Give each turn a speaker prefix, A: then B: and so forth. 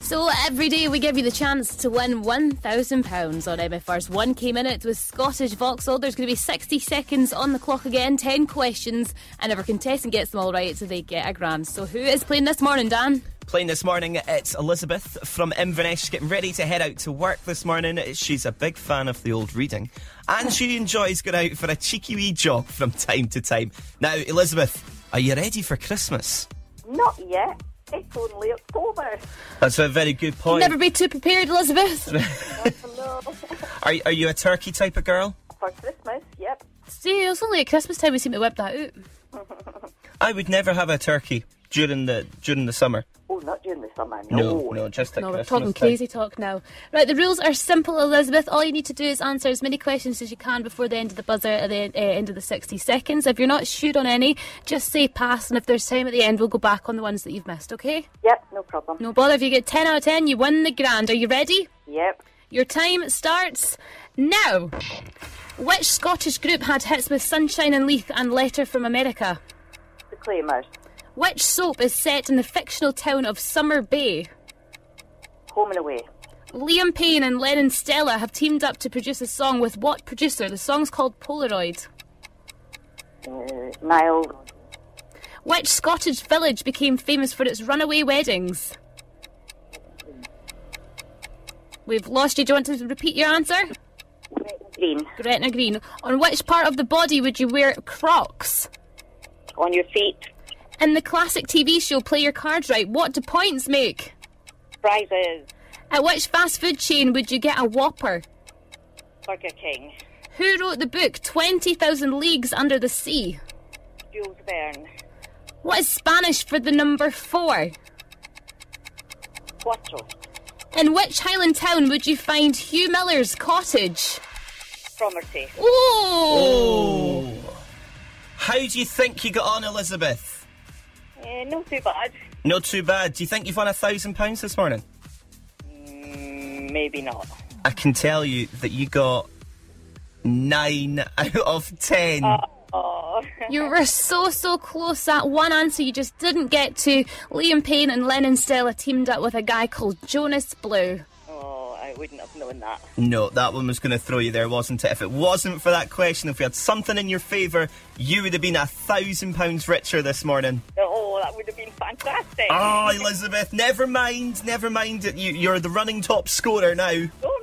A: So every day we give you the chance to win £1,000 on MFR's 1K Minute with Scottish Vauxhall. There's going to be 60 seconds on the clock again, 10 questions, and if our contestant gets them all right, they get a grand. So who is playing this morning, Dan?
B: Playing this morning, it's Elizabeth from Inverness. She's getting ready to head out to work this morning. She's a big fan of the old reading and she enjoys going out for a cheeky wee jog from time to time. Now, Elizabeth, are you ready for Christmas?
C: Not yet. It's only October.
B: That's a very good point.
A: Never be too prepared, Elizabeth.
C: Hello.
B: Are, are you a turkey type of girl?
C: For Christmas, yep.
A: See, it's only at Christmas time we seem to whip that out.
B: I would never have a turkey during the during the summer.
C: Oh, not during the summer.
B: No, no, just at
A: No, we're
B: Christmas
A: talking
B: time.
A: crazy talk now. Right, the rules are simple, Elizabeth. All you need to do is answer as many questions as you can before the end of the buzzer at the uh, end of the 60 seconds. If you're not sure on any, just say pass, and if there's time at the end, we'll go back on the ones that you've missed, okay?
C: Yep, no problem.
A: No bother. If you get 10 out of 10, you win the grand. Are you ready?
C: Yep.
A: Your time starts now. Which Scottish group had hits with Sunshine and Leaf and Letter from America?
C: The claimers.
A: Which soap is set in the fictional town of Summer Bay?
C: Home and away.
A: Liam Payne and Lennon Stella have teamed up to produce a song with what producer? The song's called Polaroid.
C: Uh, Niall.
A: Which Scottish village became famous for its runaway weddings? We've lost you. Do you want to repeat your answer?
C: Green.
A: Gretna Green. On which part of the body would you wear crocs?
C: On your feet.
A: In the classic TV show Play Your Cards Right, what do points make?
C: Prizes.
A: At which fast food chain would you get a Whopper?
C: Burger King.
A: Who wrote the book 20,000 Leagues Under the Sea?
C: Jules Verne.
A: What is Spanish for the number four?
C: Cuatro.
A: In which Highland town would you find Hugh Miller's cottage?
C: Cromarty.
A: Oh!
B: Oh. How do you think you got on, Elizabeth?
C: Uh, no too bad.
B: Not too bad. Do you think you've won a thousand pounds this morning?
C: Mm, maybe not.
B: I can tell you that you got nine out of ten.
C: Oh.
A: You were so, so close. That one answer you just didn't get to. Liam Payne and Lennon Stella teamed up with a guy called Jonas Blue.
C: oh, I wouldn't have known that.
B: No, that one was going to throw you there, wasn't it? If it wasn't for that question, if we had something in your favour, you would have been a thousand pounds richer this morning.
C: Oh, that would have been fantastic.
B: Ah, Elizabeth, never mind, never mind. You, you're the running top scorer now.
C: Go